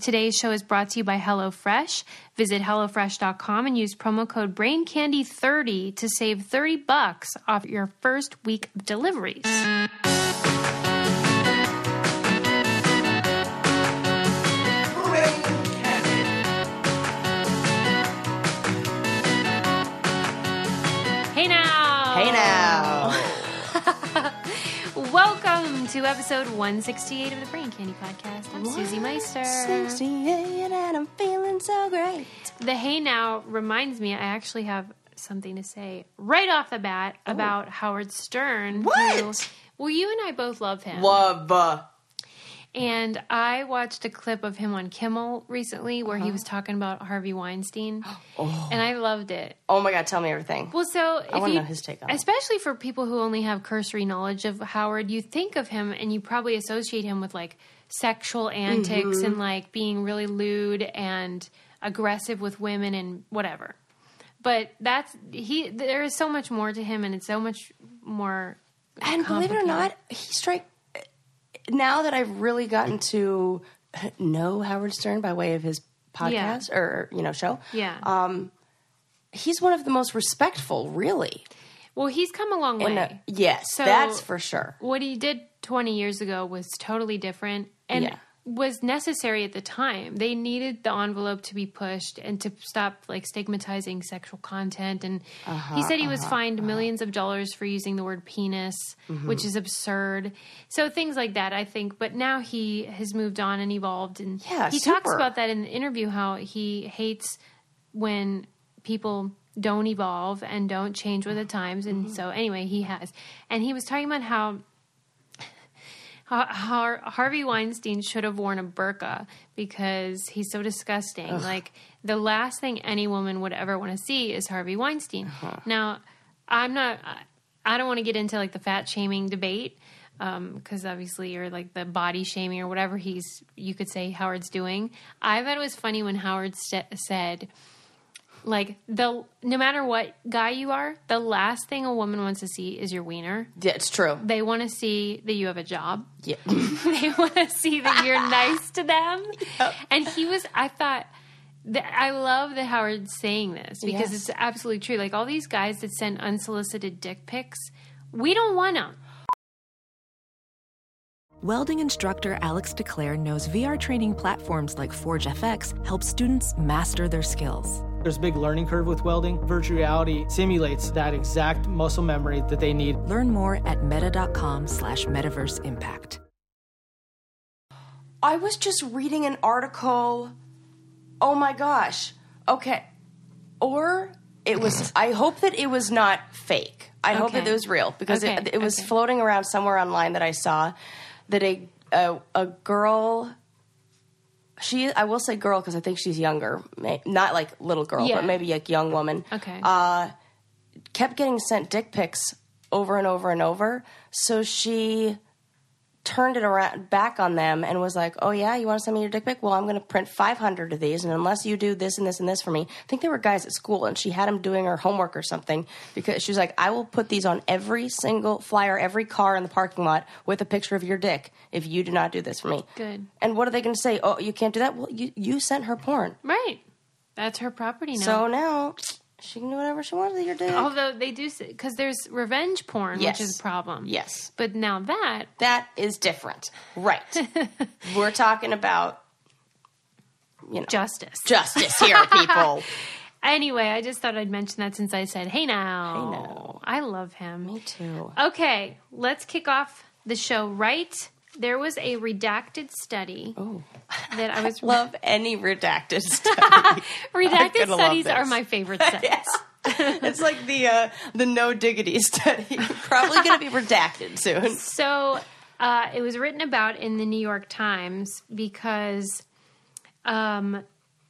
Today's show is brought to you by HelloFresh. Visit HelloFresh.com and use promo code BrainCandy30 to save 30 bucks off your first week of deliveries. Hey now! Hey now. Welcome to episode 168 of the Brain Candy Podcast. I'm Susie Meister. and I'm feeling so great. The hey now reminds me I actually have something to say right off the bat about Howard Stern. Who, What? well, you and I both love him. Love. uh, And I watched a clip of him on Kimmel recently where he Uh-huh. was talking about Harvey Weinstein. And I loved it. Oh my god, tell me everything. Well, so if wanna you- know his take on it. especially for people who only have cursory knowledge of Howard, you think of him and you probably associate him with like sexual antics Mm-hmm. and like being really lewd and aggressive with women and whatever. But that's he. There is so much more to him, and it's so much more. and believe it or not, he strike. Now that I've really gotten to know Howard Stern by way of his podcast or you know show, um, Yeah. he's one of the most respectful, really. well, he's come a long way. And, uh, yes, So- that's for sure. what he did 20 years ago was totally different and Yeah. was necessary at the time. They needed the envelope to be pushed and to stop like stigmatizing sexual content and Uh-huh, he said he was fined millions of dollars for using the word penis, Mm-hmm. which is absurd. So things like that, I think, but now he has moved on and evolved and Yeah, he talks super. about that in the interview how he hates when people don't evolve and don't change with the times and Mm-hmm. so anyway he has and he was talking about how Har- Har- Harvey Weinstein should have worn a burqa because he's so disgusting. Like the last thing any woman would ever want to see is Harvey Weinstein. Now, I'm not. I- I don't want to get into like the fat shaming debate because obviously, or like the body shaming or whatever he's you could say Howard's doing. I thought it was funny when Howard sa- said. Like the no matter what guy you are, the last thing a woman wants to see is your wiener. Yeah, it's true. They want to see that you have a job Yeah. they want to see that you're nice to them. And he was, I thought, that I love that Howard's saying this because Yes. it's absolutely true. Like all these guys that send unsolicited dick pics, we don't want them. Welding instructor Alex DeClaire knows VR training platforms like Forge FX help students master their skills. There's a big learning curve with welding. Virtual reality simulates that exact muscle memory that they need. Learn more at meta.com slash metaverse impact. I was just reading an article. Oh my gosh. Okay. Or it was. I hope that it was not fake. I hope that Okay. it was real because Okay, it, it was okay. floating around somewhere online that I saw that a a, a girl. She, I will say girl because I think she's younger, May- not like little girl, Yeah. but maybe like young woman. Okay. Uh, kept getting sent dick pics over and over and over, so she turned it around back on them and was like, "Oh yeah, you want to send me your dick pic? Well, I'm going to print 500 of these, and unless you do this and this and this for me, I think they were guys at school, and she had them doing her homework or something because she was like, "I will put these on every single flyer, every car in the parking lot with a picture of your dick if you do not do this for me." Good. And what are they going to say? Oh, you can't do that. Well, you you sent her porn, Right. That's her property now. so now she can do whatever she wants with your dick. Although they do, because there's revenge porn, Yes. which is a problem. Yes. But now that, That is different, right? We're talking about justice. justice here, people. Anyway, I just thought I'd mention that since I said, hey now. Hey now. I love him. me too. Okay, let's kick off the show right. There was a redacted study Oh. that I was love any redacted stuff. redacted gonna love studies are this. my favorite studies. it's like the uh, the no diggity study. Probably going to be redacted soon. So uh, it was written about in the New York Times because um,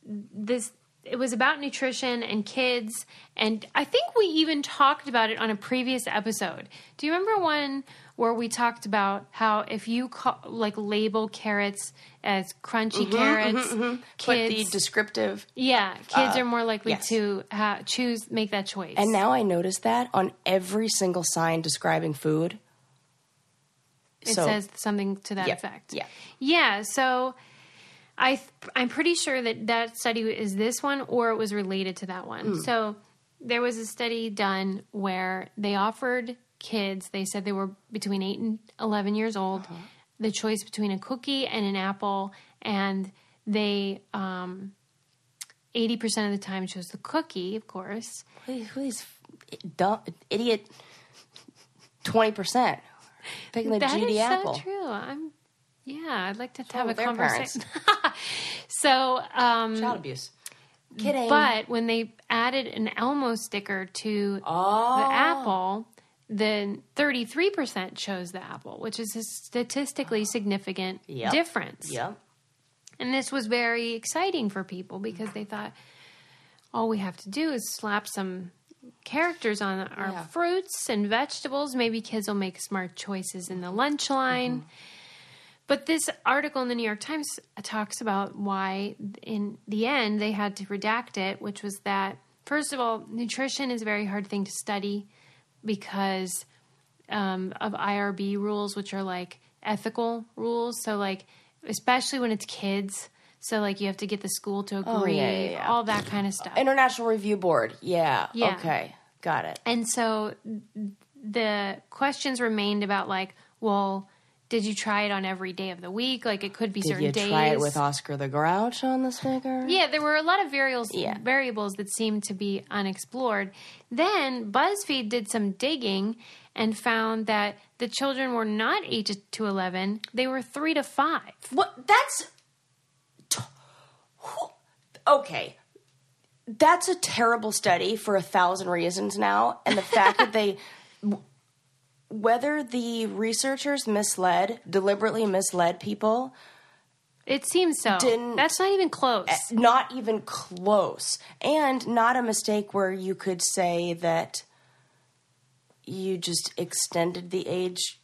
this it was about nutrition and kids, and I think we even talked about it on a previous episode. Do you remember one where we talked about how if you ca- like label carrots as crunchy carrots, Mm-hmm, But the kids descriptive. Yeah, kids are more likely yes. to ha- choose make that choice. And now I notice that on every single sign describing food. it so- says something to that Yep, effect. yeah. Yeah, so I th- I'm pretty sure that that study is this one or it was related to that Hmm. one. So there was a study done where they offered kids, they said they were between 8 and 11 years old, Uh-huh. the choice between a cookie and an apple and they um 80% of the time chose the cookie, of course. Who who these f- dumb idiot? Twenty percent picking the That is GD apple. so true. I'm yeah, I'd like to wrong have a with their parents? conversation. so, um Child abuse. Kidding. But when they added an Elmo sticker to the Ah. apple, then 33% chose the apple, which is a statistically significant Yep. difference. yep. And this was very exciting for people because they thought all we have to do is slap some characters on our Yeah. fruits and vegetables. Maybe kids will make smart choices in the Mm-hmm. lunch line. But this article in the New York Times uh, talks about why, in the end, they had to redact it, which was that, first of all, nutrition is a very hard thing to study because um, of IRB rules, which are like ethical rules. So, like, especially when it's kids. So, like, you have to get the school to agree, Oh, yeah, yeah, yeah. all that kind of stuff. International Review Board. Yeah. Yeah. Okay. Got it. And so the questions remained about like, well, did you try it on every day of the week? Like it could be Did certain you days. try it with Oscar the Grouch on the Snicker? yeah, there were a lot of variables, Yeah. variables that seemed to be unexplored. Then BuzzFeed did some digging and found that the children were not 8 to 11, they were 3 to 5. What? That's. t- who- okay. That's a terrible study for a thousand reasons now. And the fact that they. Whether the researchers misled, deliberately misled people, It seems so. Didn't- That's not even close. not even close. And not a mistake where you could say that you just extended the age.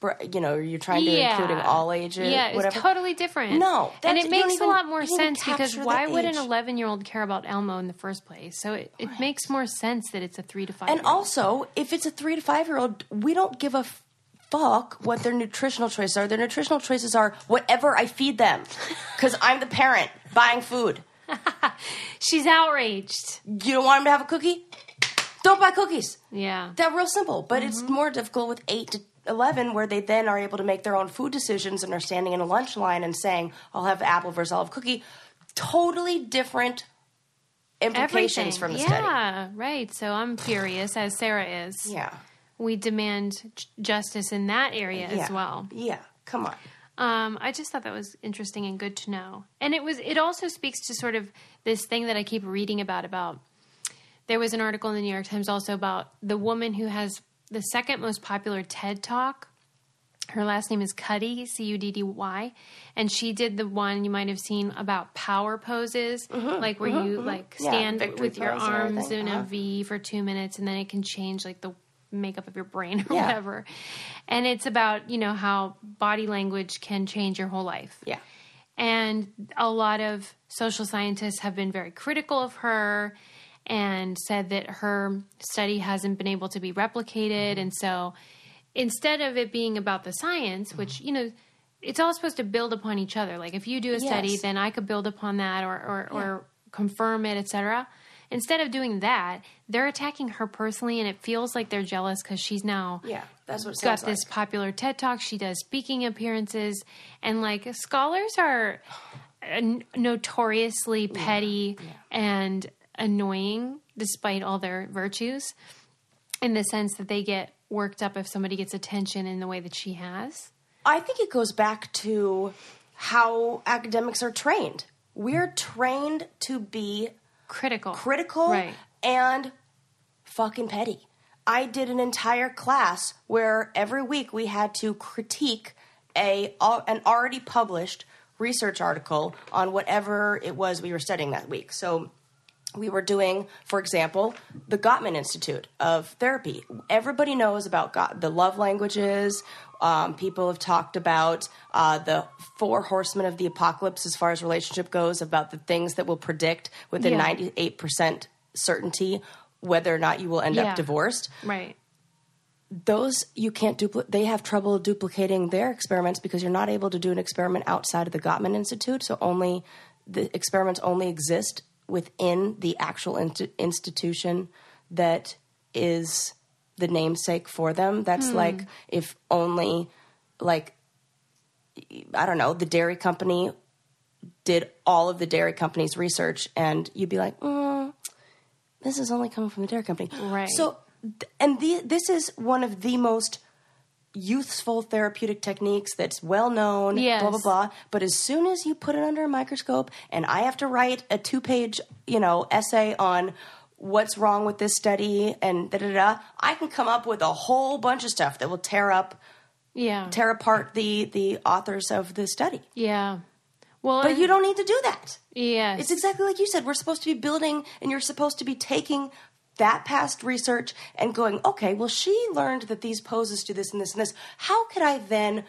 br- You know, you're trying to including all ages. Yeah, it's whatever. totally different. No, and that's- it you don't makes even- a lot more you didn't sense because capture the why would an age. 11 year old care about Elmo in the first place? So it, it makes more sense that it's a three to five. And year old. also, if it's a three to five year old, we don't give a f- fuck what their nutritional choices are. Their nutritional choices are whatever I feed them, because I'm the parent buying food. she's outraged. You don't want them to have a cookie? Don't buy cookies. Yeah, They're real simple, but it's Mm-hmm. more difficult with eight to. 11 where they then are able to make their own food decisions and are standing in a lunch line and saying i'll have apple versus olive cookie totally different everything implications from the yeah, study right. So I'm furious as Sarah is. yeah we demand j- justice in that area yeah as well. yeah come on Um, I just thought that was interesting and good to know. And it was it also speaks to sort of this thing that I keep reading about about there was an article in the New York Times also about the woman who has the second most popular TED Talk. Her last name is Cuddy, C U D D Y, and she did the one you might have seen about power poses, like where you like Mm-hmm, Yeah, stand victory with your pose and arms everything. uh-huh. in a V for two minutes, and then it can change like the makeup of your brain or Yeah. whatever. And it's about you know how body language can change your whole life. yeah And a lot of social scientists have been very critical of her and said that her study hasn't been able to be Mm-hmm. replicated. And so instead of it being about the Mm-hmm. science, which, you know, it's all supposed to build upon each other. Like if you do a study, Yes. then I could build upon that or, or, or confirm it, etc. Instead of doing that, they're attacking her personally, and it feels like they're jealous because she's now yeah that's what it got sounds this like. popular TED Talk. She does speaking appearances, and like scholars are uh, n- notoriously petty and annoying, despite all their virtues, in the sense that they get worked up if somebody gets attention in the way that she has. I think it goes back to how academics are trained. We're trained to be Critical, critical right? and fucking petty. I did an entire class where every week we had to critique a al- an already published research article on whatever it was we were studying that week. So we were doing, for example, the Gottman Institute of Therapy. Everybody knows about Got- the love languages. Um, people have talked about uh, the four horsemen of the apocalypse as far as relationship goes, about the things that will predict within Yeah. 98% certainty whether or not you will end Yeah. up divorced Right. those you can't duplicate. They have trouble duplicating their experiments because you're not able to do an experiment outside of the Gottman Institute. So only the experiments only exist within the actual in- institution that is the namesake for them. That's like if only like I don't know the dairy company did all of the dairy company's research, and you'd be like, mm, this is only coming from the dairy company, Right. So, th- and the, this is one of the most useful therapeutic techniques that's well known, blah blah Yes. blah. But as soon as you put it under a microscope, and I have to write a two page, you know, essay on what's wrong with this study and da da da, I can come up with a whole bunch of stuff that will tear up, Yeah. tear apart the the authors of the study. yeah. Well, But you don't need to do that. Yes. It's exactly like you said. We're supposed to be building, and you're supposed to be taking that past research and going, okay, well, she learned that these poses do this and this and this. How could I then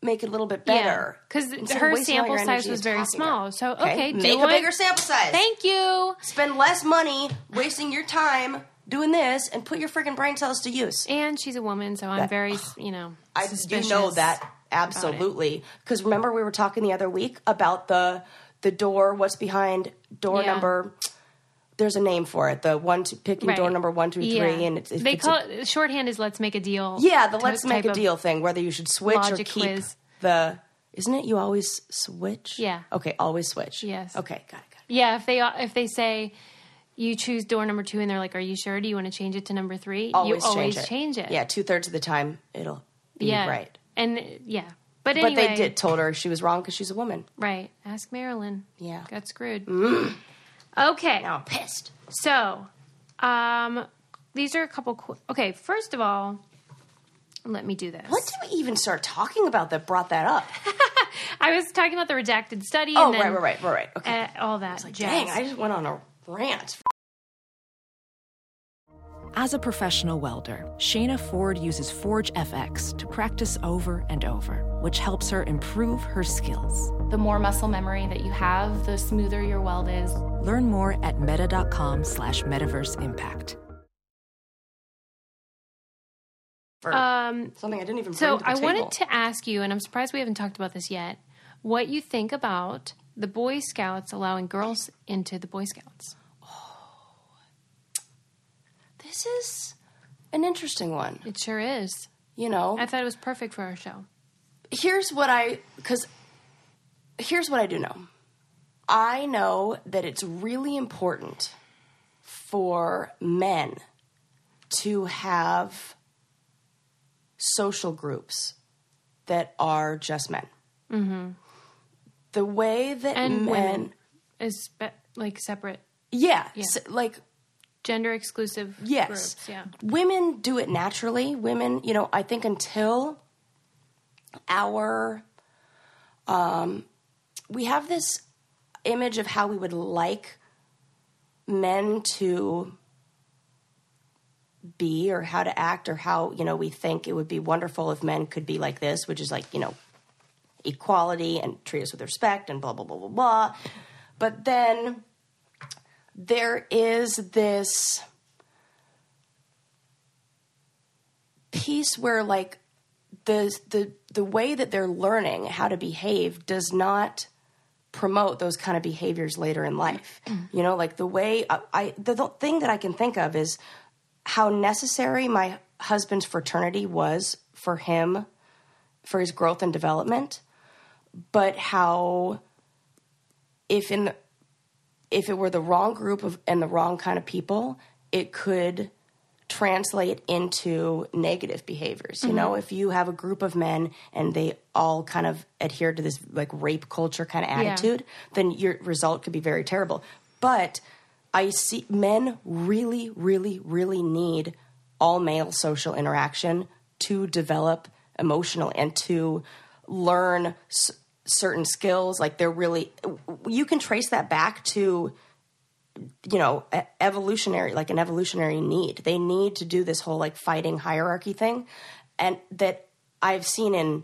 make it a little bit better? because Instead of her wasting all sample your size energy was very attacking her. small. So okay, do make a one- bigger sample size. Thank you. Spend less money wasting your time doing this, and put your freaking brain cells to use. And she's a woman, so I'm That- very, you know, I do suspicious. know that absolutely because remember we were talking the other week about the the door what's behind door Yeah. number there's a name for it the one two, picking door Right. number one two three Yeah. and it's, it's they it's call a, it shorthand is let's make a deal. yeah the type- let's make type a of- deal thing whether you should switch or logic keep quiz. the isn't it you always switch Yeah. okay always switch Yes. okay got it got it Yeah, if they if they say you choose door number two, and they're like, "Are you sure? Do you want to change it to number three? always, you always change, it. change it. yeah two thirds of the time it'll be yeah, right And yeah, but but anyway, they did told her she was wrong because she's a woman Right. Ask Marilyn. Yeah. Mm. Got screwed. Okay. now I'm pissed So, um, these are a couple. Qu- okay. First of all, let me do this. what did we even start talking about that brought that up I was talking about the redacted study. Oh, and then, right, right, right, right, right. Okay. Uh, all that. jazz. Dang, I just went on a rant. As a professional welder, Shayna Ford uses Forge FX to practice over and over, which helps her improve her skills. The more muscle memory that you have, the smoother your weld is. Learn more at meta.com slash metaverse impact. For um, something I didn't even so bring to the I table. wanted to ask you, and I'm surprised we haven't talked about this yet. What you think about the Boy Scouts allowing girls into the Boy Scouts? This is an interesting one. It sure is. You know, I thought it was perfect for our show. here's what I because here's what I do know. I know that it's really important for men to have social groups that are just men. Mm-hmm. The way that And men, women. Is spe- like separate yeah, s- like gender exclusive yes. groups. Yeah. Women do it naturally. Women, you know, I think until our um we have this image of how we would like men to be or how to act or how, you know, we think it would be wonderful if men could be like this, which is like, you know, equality and treat us with respect and blah blah blah blah blah. But then there is this piece where like the the the way that they're learning how to behave does not promote those kind of behaviors later in life. You know, like the way I, I the, the thing that I can think of is how necessary my husband's fraternity was for him for his growth and development, but how if in the, if it were the wrong group of and the wrong kind of people, it could translate into negative behaviors. You know, if you have a group of men and they all kind of adhere to this like rape culture kind of attitude, then your result could be very terrible. But I see men really, really, really need all male social interaction to develop emotional and to learn s- certain skills. Like they're really, you can trace that back to you know e- evolutionary like an evolutionary need they need to do this whole like fighting hierarchy thing and that i've seen in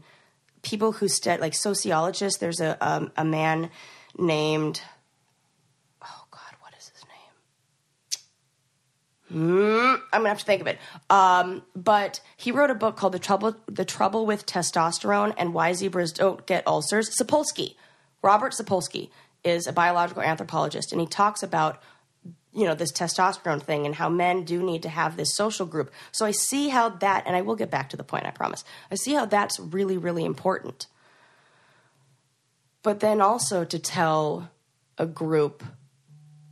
people who stud like sociologists there's a um, a man named oh god what is his name Mm, I'm gonna have to think of it. Um, but he wrote a book called "The Trouble The Trouble with Testosterone and Why Zebras Don't Get Ulcers." Sapolsky, Robert Sapolsky, is a biological anthropologist, and he talks about you know this testosterone thing and how men do need to have this social group. So I see how that, and I will get back to the point, I promise. I see how that's really really important. But then also to tell a group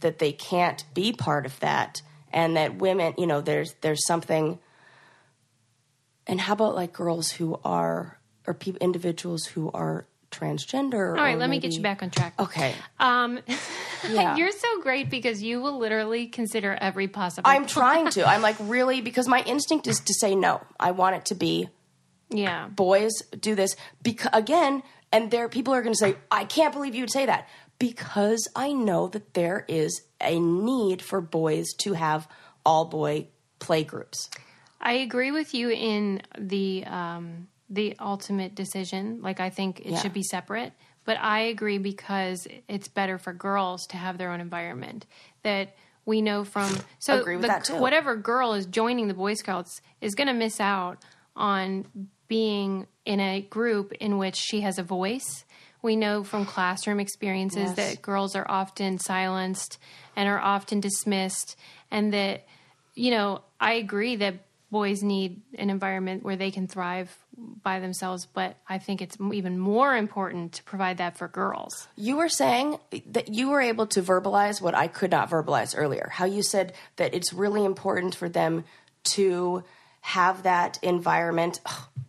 that they can't be part of that and that women you know there's there's something and how about like girls who are or peop individuals who are transgender All right, let me get you back on track. okay Um, Yeah. you're so great because you will literally consider every possible. i'm trying to i'm like really because my instinct is to say no i want it to be yeah. boys do this because again and there people are going to say i can't believe you would say that because i know that there is a need for boys to have all boy play groups I agree with you in the um, the ultimate decision. Like I think it Yeah. should be separate, but I agree because it's better for girls to have their own environment. That we know from so Agree with the- that, too. whatever girl is joining the Boy Scouts is going to miss out on being in a group in which she has a voice. We know from classroom experiences Yes. that girls are often silenced and are often dismissed and that you know, I agree that boys need an environment where they can thrive by themselves, but I think it's m- even more important to provide that for girls. You were saying that you were able to verbalize what I could not verbalize earlier. How you said that it's really important for them to have that environment.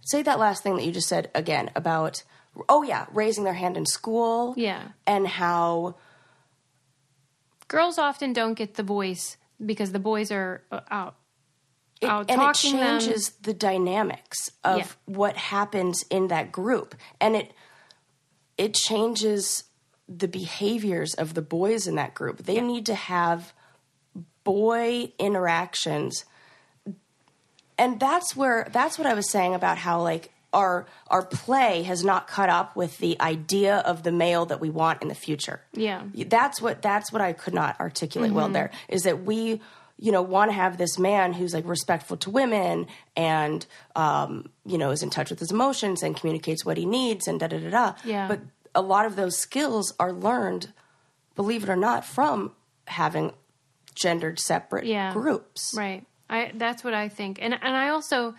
Say that last thing that you just said again about, oh, yeah, raising their hand in school. Yeah. And how, Girls often don't get the voice because the boys are uh, out out and it Oh, talking them. changes the dynamics of Yeah. what happens in that group. And it, it changes the behaviors of the boys in that group. They need to have boy interactions. And that's where that's what I was saying about how like our our play has not caught up with the idea of the male that we want in the future. Yeah. That's what that's what I could not articulate well there is that we you know want to have this man who's like respectful to women and um you know is in touch with his emotions and communicates what he needs and da da da da. Yeah. But a lot of those skills are learned, believe it or not, from having gendered separate Yeah. groups. Right. I that's what I think. And and I also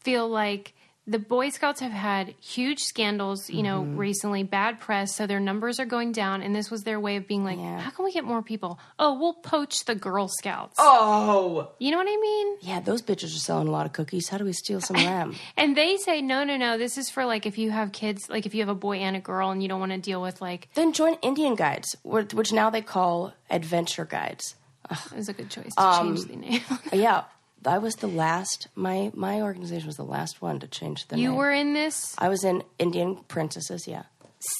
feel like the Boy Scouts have had huge scandals, you know, recently, bad press, so their numbers are going down and this was their way of being like, how can we get more people? Oh, we'll poach the Girl Scouts. Oh. You know what I mean? Yeah, those bitches are selling a lot of cookies. How do we steal some of them? And they say, "No, no, no, this is for like if you have kids, like if you have a boy and a girl and you don't want to deal with like then join Indian Guides, wh- which now they call Adventure Guides. it was a good choice to change the name. Yeah, I was the last. My my organization was the last one to change the you name. were in this. I was in Indian Princesses. Yeah,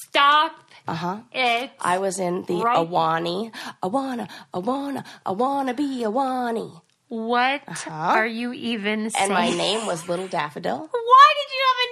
Stop. Uh-huh. It. I was in the Right. Awani. Awana, Awana, I wanna be Awani. What are you even saying? And my name was Little Daffodil, Why did you have a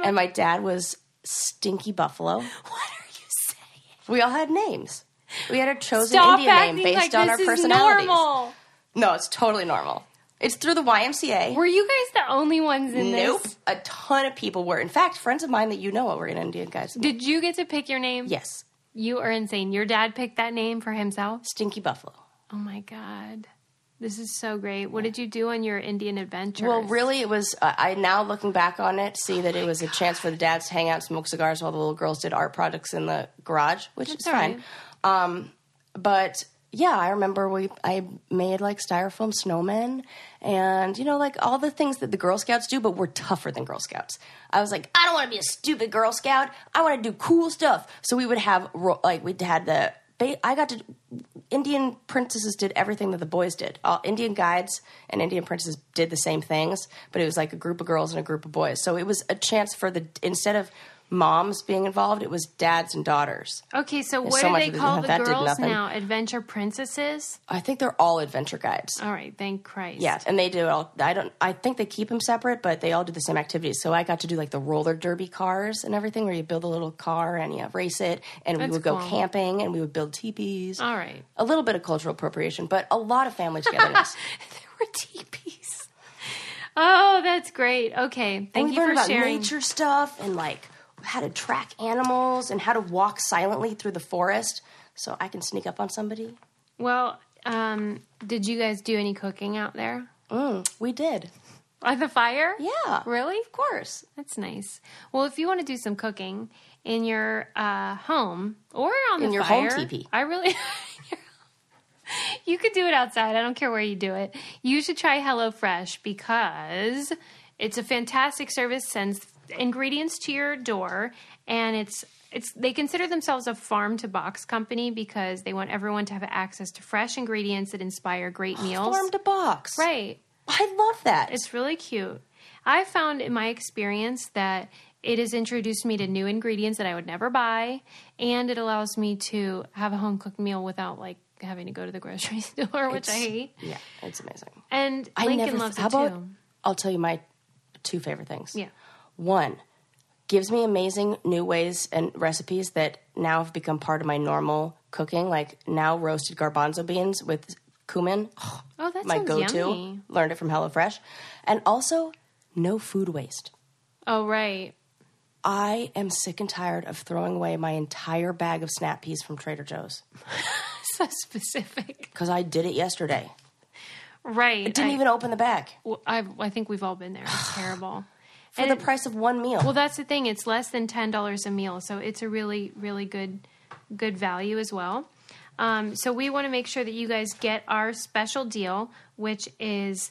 name? and my dad was Stinky Buffalo. what are you saying? We all had names. We had a chosen Stop Indian acting name based like on this our is personalities. normal. No, it's totally normal. It's through the YMCA. Were you guys the only ones in nope. this? A ton of people were. In fact, friends of mine that you know were in Indian guys. Did you get to pick your name? Yes. You are insane. Your dad picked that name for himself? Stinky Buffalo. Oh my God. This is so great. What did you do on your Indian adventures? Well, really, it was. Uh, I now looking back on it, see Oh that it was a chance for the dads to hang out, smoke cigars, while the little girls did art projects in the garage, which is all fine. Um, but yeah, I remember we I made like styrofoam snowmen, and you know, like all the things that the Girl Scouts do, but we're tougher than Girl Scouts. I was like, I don't want to be a stupid Girl Scout. I want to do cool stuff. So we would have ro- like we had the. ba- I got to Indian princesses did everything that the boys did. All Indian guides and Indian princesses did the same things, but it was like a group of girls and a group of boys. So it was a chance for the instead of moms being involved. It was dads and daughters. Okay, so what so do much they of it- call the that did girls nothing. now? Adventure princesses? I think they're all adventure guides. All right, thank Christ. Yeah, and they do it all. I don't. I think they keep them separate, but they all do the same activities. So I got to do like the roller derby cars and everything, where you build a little car and you race it, and we That's would go cool. Oh. camping and we would build teepees. All right. a little bit of cultural appropriation, but a lot of family togetherness. There were teepees. Oh, that's great. Okay, and thank we you learned for about sharing. nature stuff and like how to track animals and how to walk silently through the forest, so I can sneak up on somebody. Well, um, did you guys do any cooking out there Mm, We did. by the fire? Yeah. really? Of course. That's nice. Well, if you want to do some cooking in your uh, home or on In the your fire, home teepee. I really. You could do it outside. I don't care where you do it. You should try HelloFresh because it's a fantastic service. Sends ingredients to your door, and it's it's they consider themselves a farm to box company because they want everyone to have access to fresh ingredients that inspire great meals. Formed a box. right. I love that. It's really cute. I found in my experience that it has introduced me to new ingredients that I would never buy, and it allows me to have a home cooked meal without like having to go to the grocery store, which I hate. yeah, it's amazing. And I Lincoln never. loves how it about? too. I'll tell you my two favorite things. Yeah. One gives me amazing new ways and recipes that now have become part of my normal cooking. Like now, roasted garbanzo beans with cumin. Oh, that my sounds go-to. yummy. Learned it from HelloFresh, and also no food waste. Oh, right. I am sick and tired of throwing away my entire bag of snap peas from Trader Joe's So specific. because I did it yesterday. Right. Didn't e I, even open the bag well, I, I think we've all been there. It's terrible. for the price of one meal. Well, that's the thing. It's less than ten dollars a meal, so it's a really, really good, good value as well. Um, so we want to make sure that you guys get our special deal, which is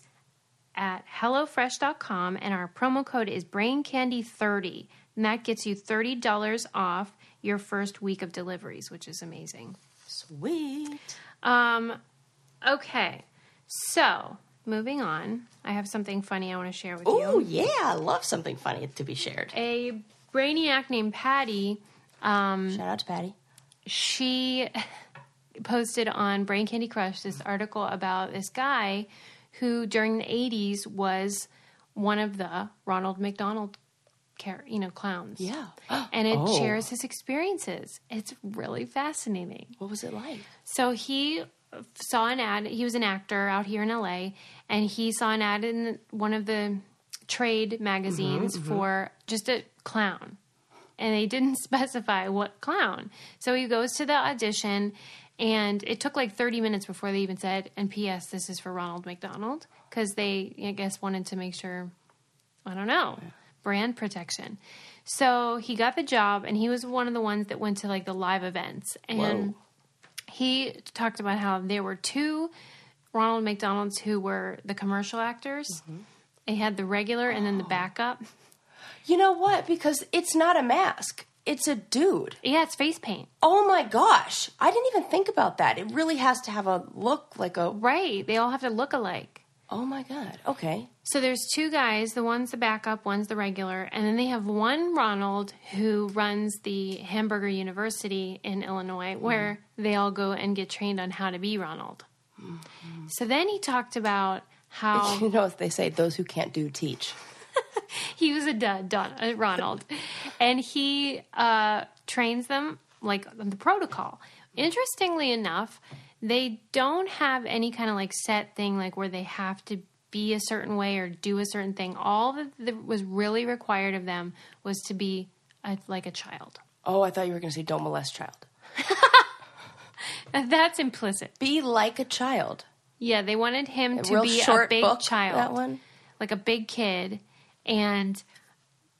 at hellofresh.com, and our promo code is braincandy30, and that gets you thirty dollars off your first week of deliveries, which is amazing. Um, Sweet. Okay, so moving on, I have something funny I want to share with you. Oh yeah, I love something funny to be shared. A brainiac named Patty Shout out to Patty. she posted on Brain Candy Crush this article about this guy who during the 80s was one of the Ronald McDonald char- you know clowns. Yeah. And it shares his experiences. It's really fascinating. What was it like? So he saw an ad. He was an actor out here in LA, and he saw an ad in one of the trade magazines for just a clown. And they didn't specify what clown. So he goes to the audition, and it took like 30 minutes before they even said, and P.S., this is for Ronald McDonald, because they, I guess, wanted to make sure I don't know, brand protection. So he got the job, and he was one of the ones that went to like the live events. And he talked about how there were two Ronald McDonald's who were the commercial actors. They had the regular and then the backup. You know what? Because it's not a mask. It's a dude. Yeah, it's face paint. Oh my gosh. I didn't even think about that. It really has to have a look like a Right. They all have to look alike. Oh my god. Okay. So there's two guys, the one's the backup, one's the regular, and then they have one Ronald who runs the Hamburger University in Illinois where they all go and get trained on how to be Ronald. So then he talked about how You know what they say, those who can't do teach. he was a dud, Don, uh, Ronald, and he uh, trains them like the protocol. Interestingly enough, they don't have any kind of like set thing like where they have to be a certain way or do a certain thing. All that that was really required of them was to be a, like a child. Oh, I thought you were going to say don't molest child. That's implicit. Be like a child. Yeah, they wanted him to Real be short a big book, child. that one? Like a big kid and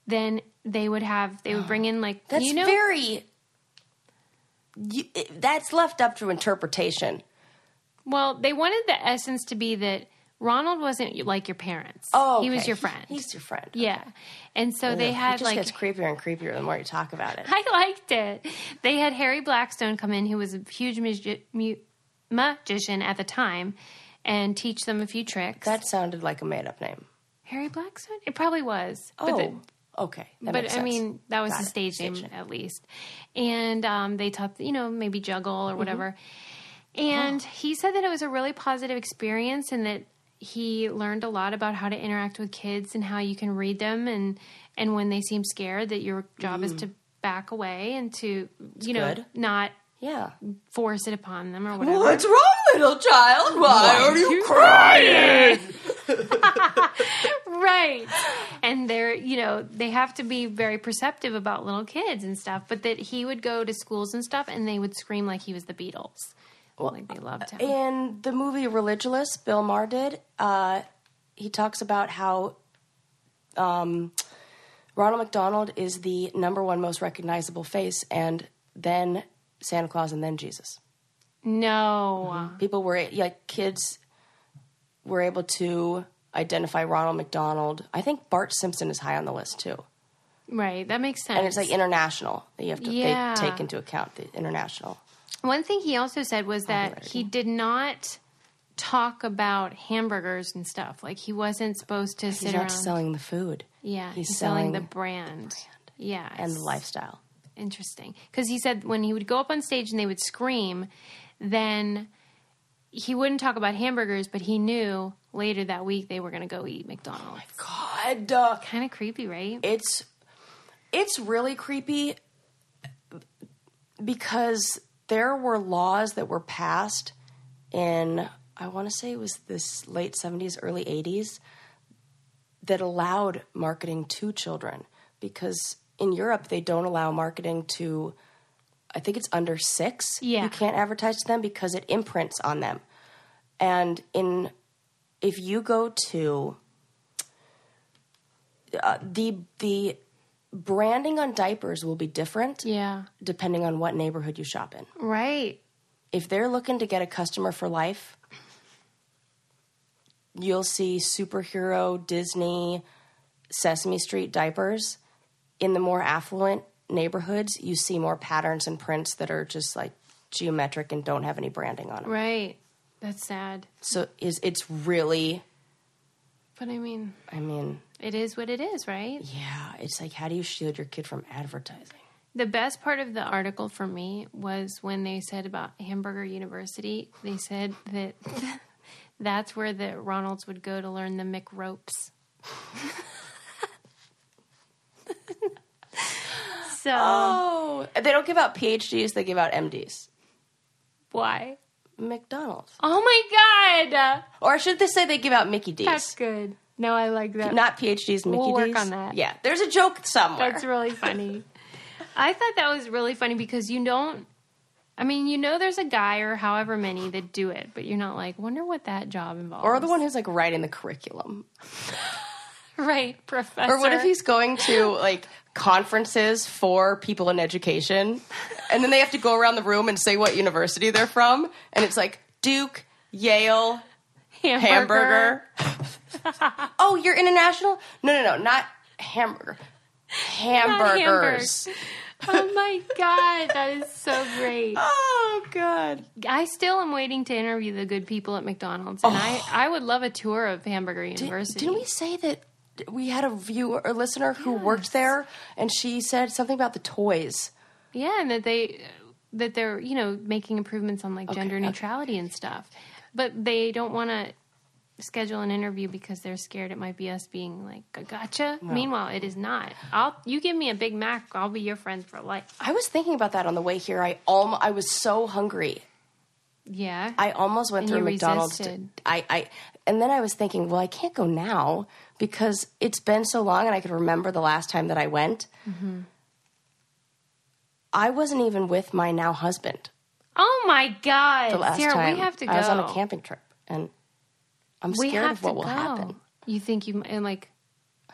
then they would have they would bring in like That's you know very you, it, that's left up to interpretation. Well, they wanted the essence to be that Ronald wasn't like your parents. Oh, he was okay. your friend. He's your friend. yeah, and so Ugh, they it had just like gets creepier and creepier the more you talk about it. I liked it. They had Harry Blackstone come in, who was a huge magi- mu- magician at the time, and teach them a few tricks. That sounded like a made up name. Harry Blackstone. It probably was. Oh, the- Okay. that but makes I sense. mean, that was Got the it. stage, name at least. And um, they taught, you know, maybe juggle or Mm-hmm. whatever. And he said that it was a really positive experience and that he learned a lot about how to interact with kids and how you can read them and and when they seem scared that your job is to back away and to you know Mm-hmm. good. not yeah. force it upon them or whatever. wrong, little child? Why are you crying? Right. And they're, you know, they have to be very perceptive about little kids and stuff, but that he would go to schools and stuff and they would scream like he was the Beatles. like uh, they loved him. In the movie Religious, Bill Maher did. Uh, he talks about how um, Ronald McDonald is the number one most recognizable face, and then Santa Claus, and then Jesus. no. People were like kids were able to identify Ronald McDonald. I think Bart Simpson is high on the list too, Right. That makes sense. and it's like international. You have to Yeah. they take into account the international. One thing he also said was that he did not talk about hamburgers and stuff. Like he wasn't supposed to He's sit around. not selling the food. yeah. he's, selling, selling, the brand. Yeah. and the lifestyle. Interesting. Because he said when he would go up on stage and they would scream, then he wouldn't talk about hamburgers, but he knew later that week they were going to go eat McDonald's. God, uh, kind of creepy, right? it's it's really creepy because there were laws that were passed in I want to say it was this late 70s early 80s that allowed marketing to children because in Europe they don't allow marketing to I think it's under 6 Yeah. you can't advertise to them because it imprints on them and in if you go to uh, the the branding on diapers will be different yeah. depending on what neighborhood you shop in. Right. If they're looking to get a customer for life, you'll see superhero, Disney, Sesame Street diapers. In the more affluent neighborhoods, you see more patterns and prints that are just like geometric and don't have any branding on them. Right. That's sad. So is it's really But I mean, I mean, it is what it is, right? yeah, it's like how do you shield your kid from advertising? The best part of the article for me was when they said about Hamburger University, they said that that's where the Ronalds would go to learn the Mick ropes. so, Oh, they don't give out PhDs, they give out MDs. why? McDonald's. Oh my God! Or should they say they give out Mickey D's? That's good. No, I like that. Not PhDs, Mickey We'll work D's. on that. Yeah, there's a joke somewhere. That's really funny. I thought that was really funny because you don't. I mean, you know, there's a guy or however many that do it, but you're not like, wonder what that job involves. Or the one who's like writing the curriculum. right, professor. Or what if he's going to like conferences for people in education and then they have to go around the room and say what university they're from and it's like Duke, Yale, hamburger. oh, you're international? No, no, no, not hamburger. Hamburgers. Oh my god, that is so great. Oh god. I still am waiting to interview the good people at McDonald's, and I, I would love a tour of Hamburger University. Oh. Didn't we say that we had a viewer or listener who worked there and she said something about the toys? Yeah, and that they that they're you know making improvements on like gender neutrality and stuff, but they don't want to schedule an interview because they're scared it might be us being like a gotcha. Meanwhile, it is not. I'll you give me a Big Mac, I'll be your friend for life. I was thinking about that on the way here. I almost I was so hungry. Yeah, I almost went And through you McDonald's. to- resisted. I I and then I was thinking, well, I can't go now because it's been so long and I could remember the last time that I went. Mm-hmm. I wasn't even with my now husband Oh my God, the last Sarah, time. we have to go. I was on a camping trip and I'm We scared have of what to will go. happen. You think you and like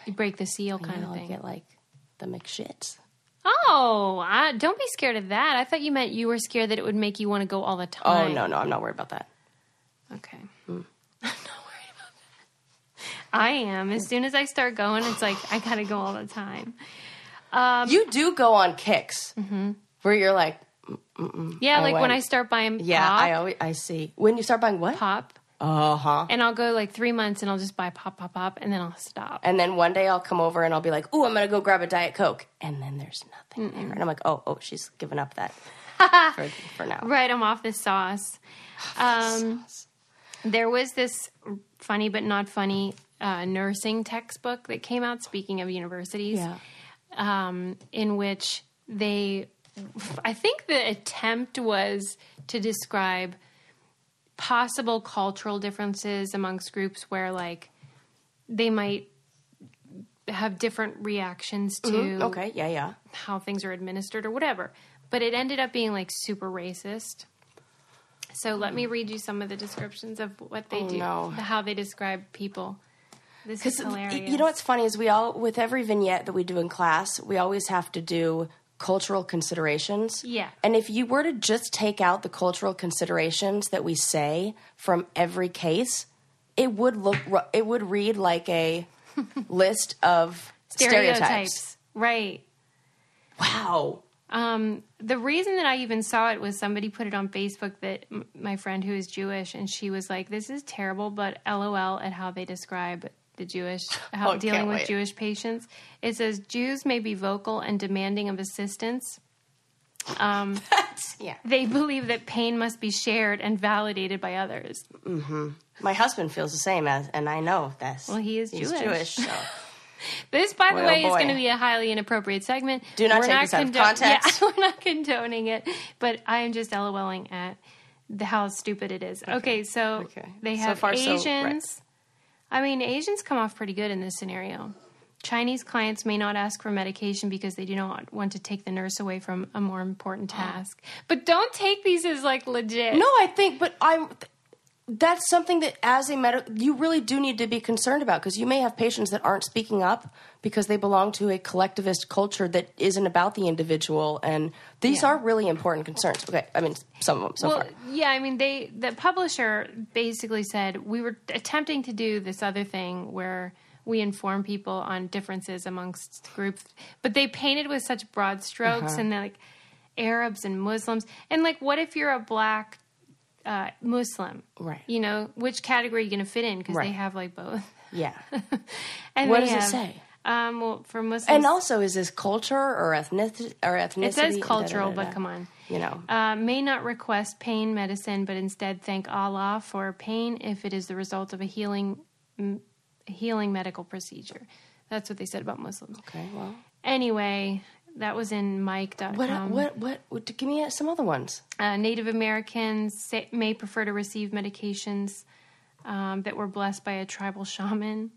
you break the seal You kind know, of I thing. get like the McShits. Oh, I, don't be scared of that. I thought you meant you were scared that it would make you want to go all the Oh time. no, no, I'm not worried about that. Okay. I'm not worried about that. I am. As soon as I start going, it's like I gotta go all the time. you do go on kicks where you're like, "Mm, Yeah, Oh, I like when went- I start buying yeah, pop, I always I see. When you start buying what? pop, Uh huh. And I'll go like three months and I'll just buy pop, pop, pop, and then I'll stop. And then one day I'll come over and I'll be like, "Ooh, I'm gonna go grab a diet coke," and then there's nothing there, and I'm like, "Oh, oh, she's given up that for, for now." Right, I'm off this sauce. Um, There was this funny but not funny uh, nursing textbook that came out, speaking of universities, Yeah. um, in which they, I think the attempt was to describe possible cultural differences amongst groups where, like, they might have different reactions to Mm-hmm. Okay. Yeah. Yeah. how things are administered or whatever. But it ended up being like super racist. So let me read you some of the descriptions of what they do, Hmm. Oh, no. how they describe people. This is Y- hilarious. You know what's funny is we all, with every vignette that we do in class, we always have to do cultural considerations. Yeah. And if you were to just take out the cultural considerations that we say from every case, it would look, ru- it would read like a list of stereotypes. right? Wow. the reason that I even saw it was somebody put it on Facebook that m- my friend who is Jewish and she was like, "This is terrible," but LOL at how they describe the Jewish how Oh, dealing can't with wait. Jewish patients. It says Jews may be vocal and demanding of assistance. Um, yeah. They believe that pain must be shared and validated by others. My husband feels the same as, and I know this. Well, he is He's Jewish. Jewish. so. This, by the Boy, oh way, is boy. going to be a highly inappropriate segment. Do not take this out of context. Yeah, we're not condoning it, but I am just LOLing at the, how stupid it is. Okay, so Okay. they So have far, so right. Asians. I mean, Asians come off pretty good in this scenario. Chinese clients may not ask for medication because they do not want to take the nurse away from a more important task. But don't take these as like legit. Oh. No, I think, but I'm. th- That's something that, as a medical, you really do need to be concerned about because you may have patients that aren't speaking up because they belong to a collectivist culture that isn't about the individual, and these are really important concerns. Okay, I mean, some of them so Well, far. yeah, I mean, they the publisher basically said we were attempting to do this other thing where we inform people on differences amongst groups, but they painted with such broad strokes, Uh-huh. and they're like Arabs and Muslims, and like, what if you're a black uh, Muslim? Right. You know, which category are you going to fit in? Because they Right. have like both. Yeah. And What they does it have- say? Um, well, for Muslims, and also, is this culture or ethnic or ethnicity? it says Da, da, cultural, da, da. but come on. You know, uh, may not request pain medicine, but instead thank Allah for pain if it is the result of a healing m- healing medical procedure. That's what they said about Muslims. okay. Well, Anyway, that was in Mike.com. what, what, what, what? Give me uh, some other ones. Uh, Native Americans say, may prefer to receive medications um, that were blessed by a tribal shaman.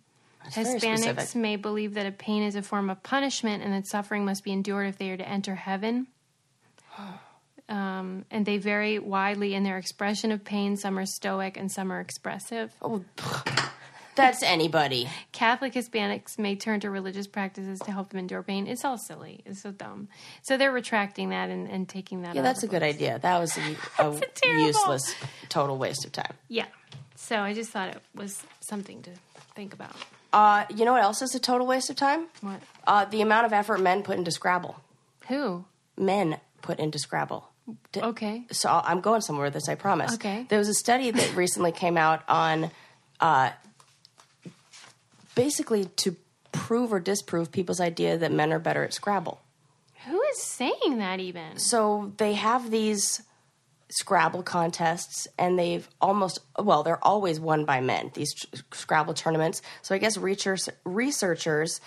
very Hispanics specific. may believe that a pain is a form of punishment and that suffering must be endured if they are to enter heaven. Um, and they vary widely in their expression of pain. Some are stoic and some are expressive. Oh. That's anybody. Catholic Hispanics may turn to religious practices to help them endure pain. It's all silly. It's so dumb. So they're retracting that and, and taking that. Yeah, out that's a of the good books. idea. That was a, a That's a terrible- useless, total waste of time. Yeah. So I just thought it was something to think about. Uh, you know what else is a total waste of time? What? Uh, the amount of effort men put into Scrabble. Who? Men put into Scrabble. D- Okay. So I'll- I'm going somewhere with this, I promise. Okay. There was a study that recently came out on uh, basically to prove or disprove people's idea that men are better at Scrabble. Who is saying that even? so they have these Scrabble contests, and they've almost well, they're always won by men. These tr- Scrabble tournaments. So I guess researchers researchers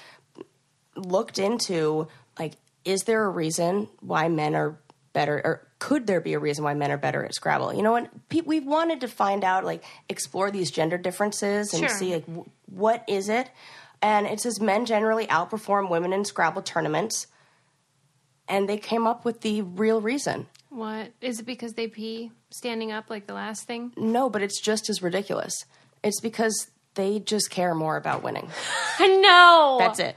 looked into like, is there a reason why men are better, or could there be a reason why men are better at Scrabble? You know, and pe- we wanted to find out, like, explore these gender differences and Sure. see like w- what is it. And it says men generally outperform women in Scrabble tournaments and they came up with the real reason. What? Is it because they pee standing up like the last thing? No, but it's just as ridiculous. It's because they just care more about winning. no. That's it.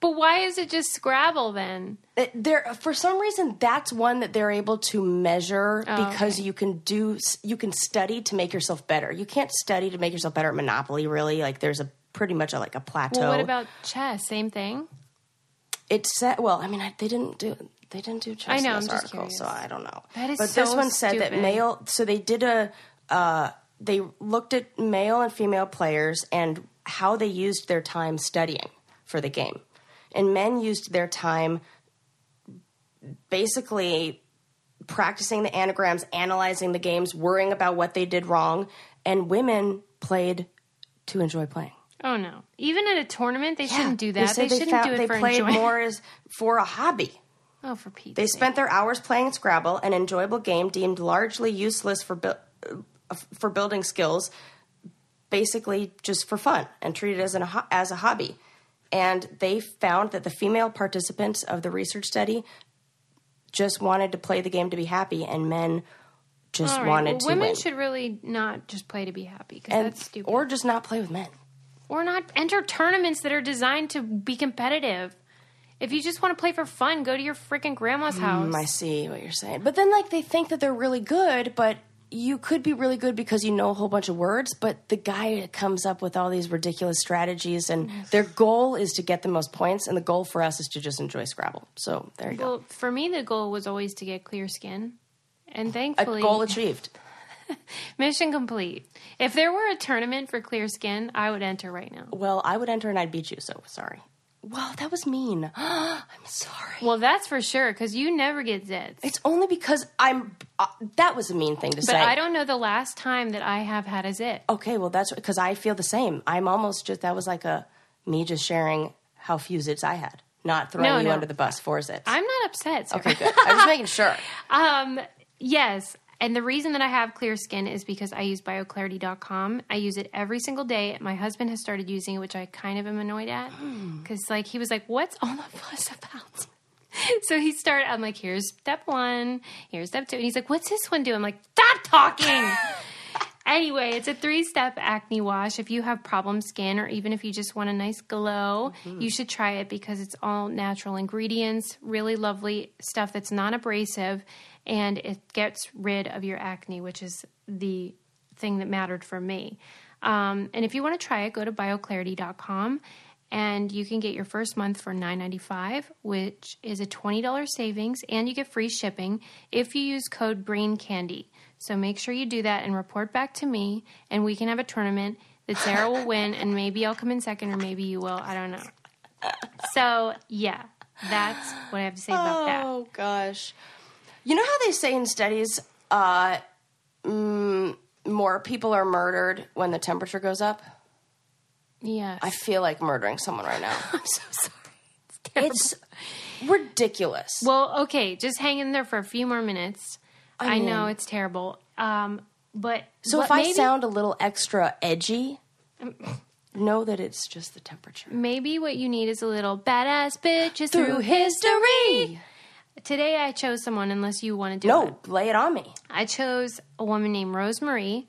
But why is it just Scrabble then? It- There, for some reason, that's one that they're able to measure because you can do, you can study to make yourself better. You can't study to make yourself better at Monopoly, really. Like there's a pretty much a, like a plateau. Well, what about chess? Same thing? it said well i mean I, they didn't do they didn't do chess I know, in this I'm just article so curious. i don't know That is but so this one said that stupid. male so they did a uh, they looked at male and female players and how they used their time studying for the game. And men used their time basically practicing the anagrams, analyzing the games, worrying about what they did wrong, and women played to enjoy playing. Oh no! Even at a tournament, they shouldn't do that. said They, shouldn't found- do it they for played enjoyment. more as for a hobby. oh, for Pete's They sake. spent their hours playing Scrabble, an enjoyable game deemed largely useless for buil- uh, for building skills, basically just for fun and treated as an ho- as a hobby. And they found that the female participants of the research study just wanted to play the game to be happy, and men just All right, wanted well, to women win. should really not just play to be happy because and, that's stupid. or just not play with men. or not enter tournaments that are designed to be competitive. If you just want to play for fun, go to your freaking Mm, grandma's house. I see what you're saying. But then, like, they think that they're really good, but you could be really good because you know a whole bunch of words, but the guy that comes up with all these ridiculous strategies, and their goal is to get the most points, and the goal for us is to just enjoy Scrabble. So there you well, for me, the goal was always to get clear skin, and go. thankfully, A goal achieved. mission complete. If there were a tournament for clear skin, I would enter right now. Well, I would enter and I'd beat you, so sorry. Well, that was mean. I'm sorry. Well, that's for sure because you never get zits. It's only because I'm. Uh, that was a mean thing to But say. I don't know the last time that I have had a zit. Okay, well, that's because I feel the same. I'm almost just that was like a me just sharing how few zits I had, not throwing No, you no. under the bus for zits. I'm not upset. Sarah. okay, good. I'm just making sure. Um, yes. And the reason that I have clear skin is because I use bioclarity.com. I use it every single day. My husband has started using it, which I kind of am annoyed at because, like, he was like, What's all the fuss about? So he started, I'm like, Here's step one, here's step two. And he's like, What's this one do? I'm like, Stop talking. Anyway, it's a three step acne wash. If you have problem skin or even if you just want a nice glow, you should try it because it's all natural ingredients, really lovely stuff that's non abrasive, and it gets rid of your acne, which is the thing that mattered for me. Um, and if you want to try it, go to bioclarity.com and you can get your first month for $9.95 which is a $20 savings and you get free shipping if you use code brain candy so make sure you do that and report back to me and we can have a tournament that sarah will win and maybe i'll come in second or maybe you will i don't know so yeah that's what i have to say about that Oh gosh, you know how they say in studies, uh, mm, more people are murdered when the temperature goes up. yeah I feel like murdering someone right now. i'm so sorry it's ridiculous. Well, okay, just hang in there for a few more minutes. I, know it's terrible, um, but so but if I maybe, sound a little extra edgy, Um, know that it's just the temperature. maybe what you need is a little badass bitches through, Through history. Today I chose someone. Unless you want to do it, No, lay it on me. I chose a woman named Rosemary,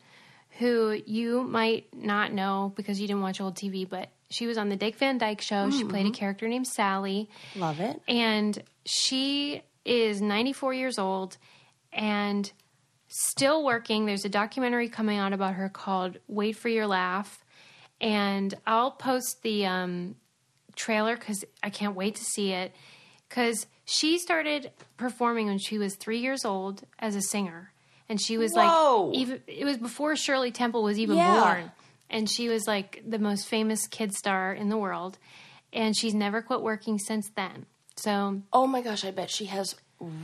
who you might not know because you didn't watch old TV, but she was on the Dick Van Dyke Show. She played a character named Sally. Love it. and she is 94 years old and still working. There's a documentary coming out about her called Wait for Your Laugh. And I'll post the um, trailer because I can't wait to see it. Because she started performing when she was three years old as a singer. And she was Whoa. like, even it was before Shirley Temple was even Yeah. born. And she was like the most famous kid star in the world. And she's never quit working since then. So, Oh my gosh, I bet she has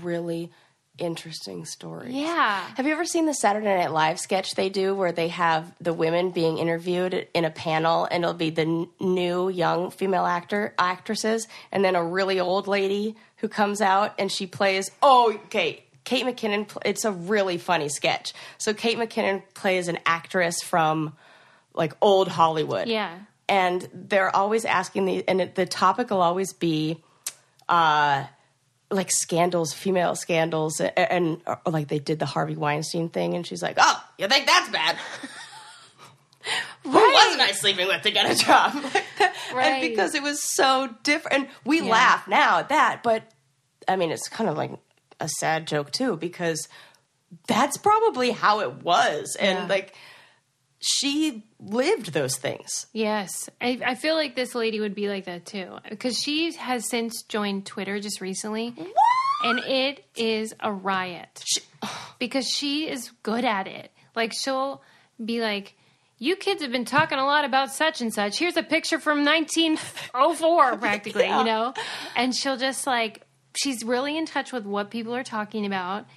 really interesting stories. yeah. Have you ever seen the Saturday Night Live sketch they do where they have the women being interviewed in a panel and it'll be the n- new young female actor actresses and then a really old lady who comes out and she plays oh okay Kate McKinnon pl- it's a really funny sketch. So Kate McKinnon plays an actress from like old Hollywood. Yeah. And they're always asking the and it, the topic will always be uh like scandals, female scandals, and, and or like they did the Harvey Weinstein thing, and she's like, "Oh, you think that's bad? Who wasn't I sleeping with to get a job?" Like that. Right. And because it was so different, and we laugh now at that, but I mean, it's kind of like a sad joke too because that's probably how it was, and Yeah. like she lived those things. Yes. I, I feel like this lady would be like that too. Because she has since joined Twitter just recently. And it is a riot. because she is good at it. Like she'll be like, you kids have been talking a lot about such and such. Here's a picture from 1904, practically, you know? And she'll just like, she's really in touch with what people are talking about.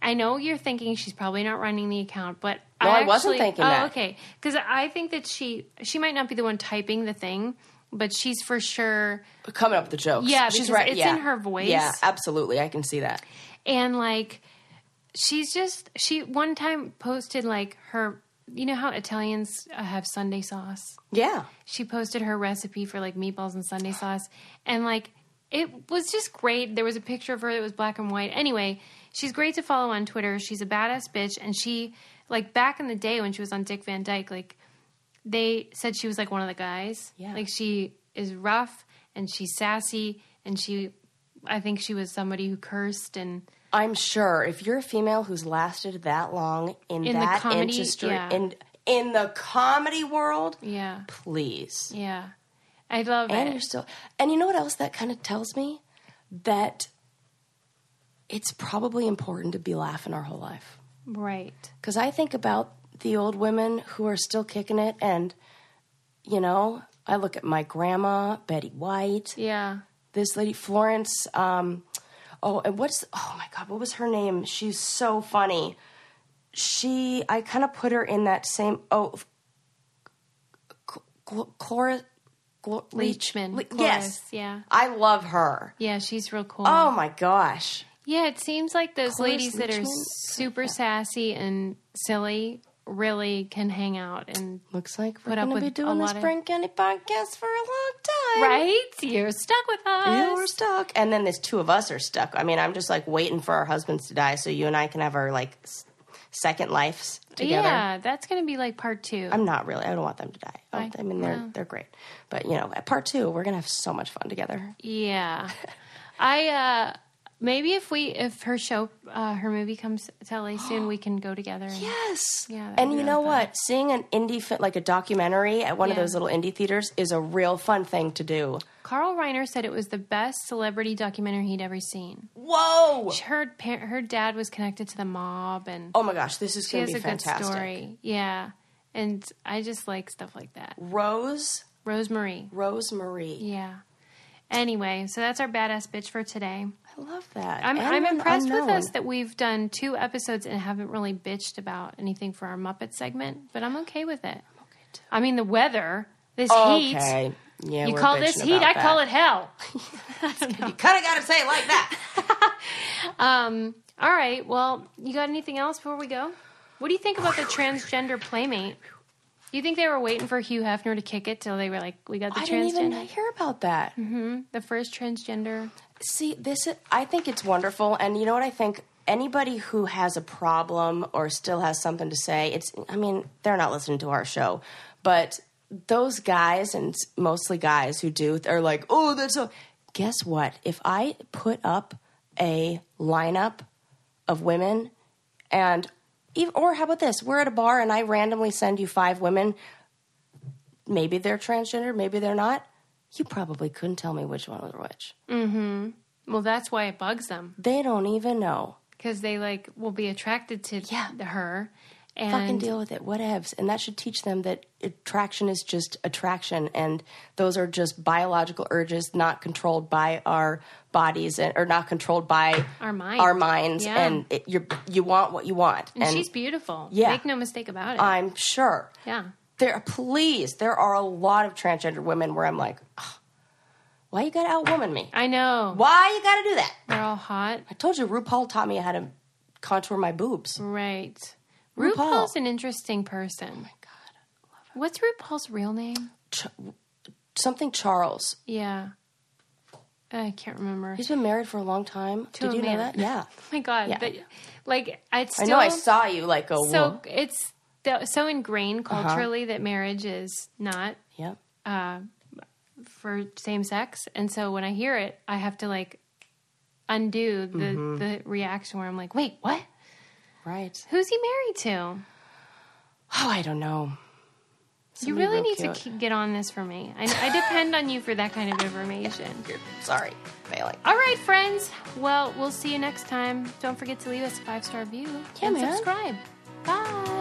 I know you're thinking she's probably not running the account, but No, I, I wasn't actually- thinking oh, that. okay. Because I think that she she might not be the one typing the thing, but she's for sure Coming up with the jokes. Yeah, she's because right. it's yeah. in her voice. Yeah, absolutely. I can see that. and like she's just she one time posted like her you know how Italians uh, have Sunday sauce. Yeah. She posted her recipe for like meatballs and Sunday sauce, and like it was just great. There was a picture of her that was black and white. Anyway, she's great to follow on Twitter. She's a badass bitch, and she like back in the day when she was on Dick Van Dyke, like they said she was like one of the guys. Yeah. Like she is rough and she's sassy and she I think she was somebody who cursed and I'm sure if you're a female who's lasted that long in, In the that comedy, industry, yeah. in in the comedy world, yeah. please. Yeah. I love And it. you're still. And you know what else that kind of tells me that it's probably important to be laughing our whole life. right. Because I think about the old women who are still kicking it, and you know, I look at my grandma Betty White, Yeah. this lady Florence. Um, oh, and what's oh my god, what was her name? She's so funny. She, I kind of put her in that same oh, Cl- Cl- Cloris Clor- Leachman. Le- yes, Cloris, yeah. I love her. Yeah, she's real cool. Oh my gosh, Yeah, it seems like those Cloris ladies that are Leachman? super sassy and silly really can hang out and looks like we're Put up gonna with be a doing this lot of- Brain Candy podcast for a long time, right. You're stuck with us. Yeah, we're stuck. And then there's two of us are stuck. I mean, I'm just like waiting for our husbands to die so you and I can have our like s- second lives together. Yeah, that's gonna be like part 2 I'm not really. I don't want them to die. I, Right. I mean, they're they're great. But you know, at part two, we're gonna have so much fun together. yeah, I uh maybe if we if her show uh her movie comes to LA soon, we can go together. And, Yes. Yeah, that'd and be you really know fun. what? Seeing an indie fi- like a documentary at one of Yeah. those little indie theaters is a real fun thing to do. Carl Reiner said it was the best celebrity documentary he'd ever seen. Whoa! Her par- her dad was connected to the mob, and Oh my gosh, this is she gonna has be a fantastic. good story. Yeah, and I just like stuff like that. Rose, Rosemary. Rosemary. Yeah. Anyway, so that's our badass bitch for today. I love that. I'm, And I'm an impressed with unknown. us that we've done two episodes and haven't really bitched about anything for our Muppet segment, but I'm okay with it. I mean, the weather, this heat. Okay. Yeah, you we're call this bitching heat? about I call that. it hell. You kind of got to say it like that. All right. Well, you got anything else before we go? What do you think about the transgender playmate? You think they were waiting for Hugh Hefner to kick it till they were like, "We got the I transgender, didn't even hear about that. the first transgender." See, this is, I think it's wonderful, and you know what I think. Anybody who has a problem or still has something to say, it's. I mean, they're not listening to our show, but those guys and it's mostly guys who do are like, oh, that's so. Guess what? If I put up a lineup of women and. ev- Or how about this? We're at a bar and I randomly send you five women. Maybe they're transgender, maybe they're not. You probably couldn't tell me which one was which Well, that's why it bugs them they don't even know. because they like will be attracted to her, and Fucking deal with it, whatevs. And that should teach them that attraction is just attraction, and those are just biological urges not controlled by our bodies and or not controlled by Our mind. Our minds, Yeah. and it, you're, you want what you want. And she's beautiful. Yeah. Uh, Make no mistake about it. I'm sure. yeah. There, please, there are a lot of transgender women where I'm like, "Ugh, why you gotta outwoman me? I know. Why you gotta do that? They're all hot. I told you, RuPaul taught me how to contour my boobs. Right. RuPaul. RuPaul's an interesting person. Oh my god. What's RuPaul's real name? Ch- something Charles. Yeah. I can't remember. He's been married for a long time. To Did a you man. know that? Yeah. Oh my god. Yeah. But, like I still I know I saw Uh-huh. you like go, so whoa. it's th- so ingrained culturally that marriage is not Yeah. for same sex, and so when I hear it, I have to like undo the Mm-hmm. the reaction where I'm like, wait, what? Right. Who's he married to? Oh, I don't know. you Somebody really real need to cute. ke- get on this for me. I, I depend on you for that kind of information. You're- sorry. Failing. All right, friends. Well, we'll see you next time. Don't forget to leave us a five star review Yeah, and man. subscribe. Bye.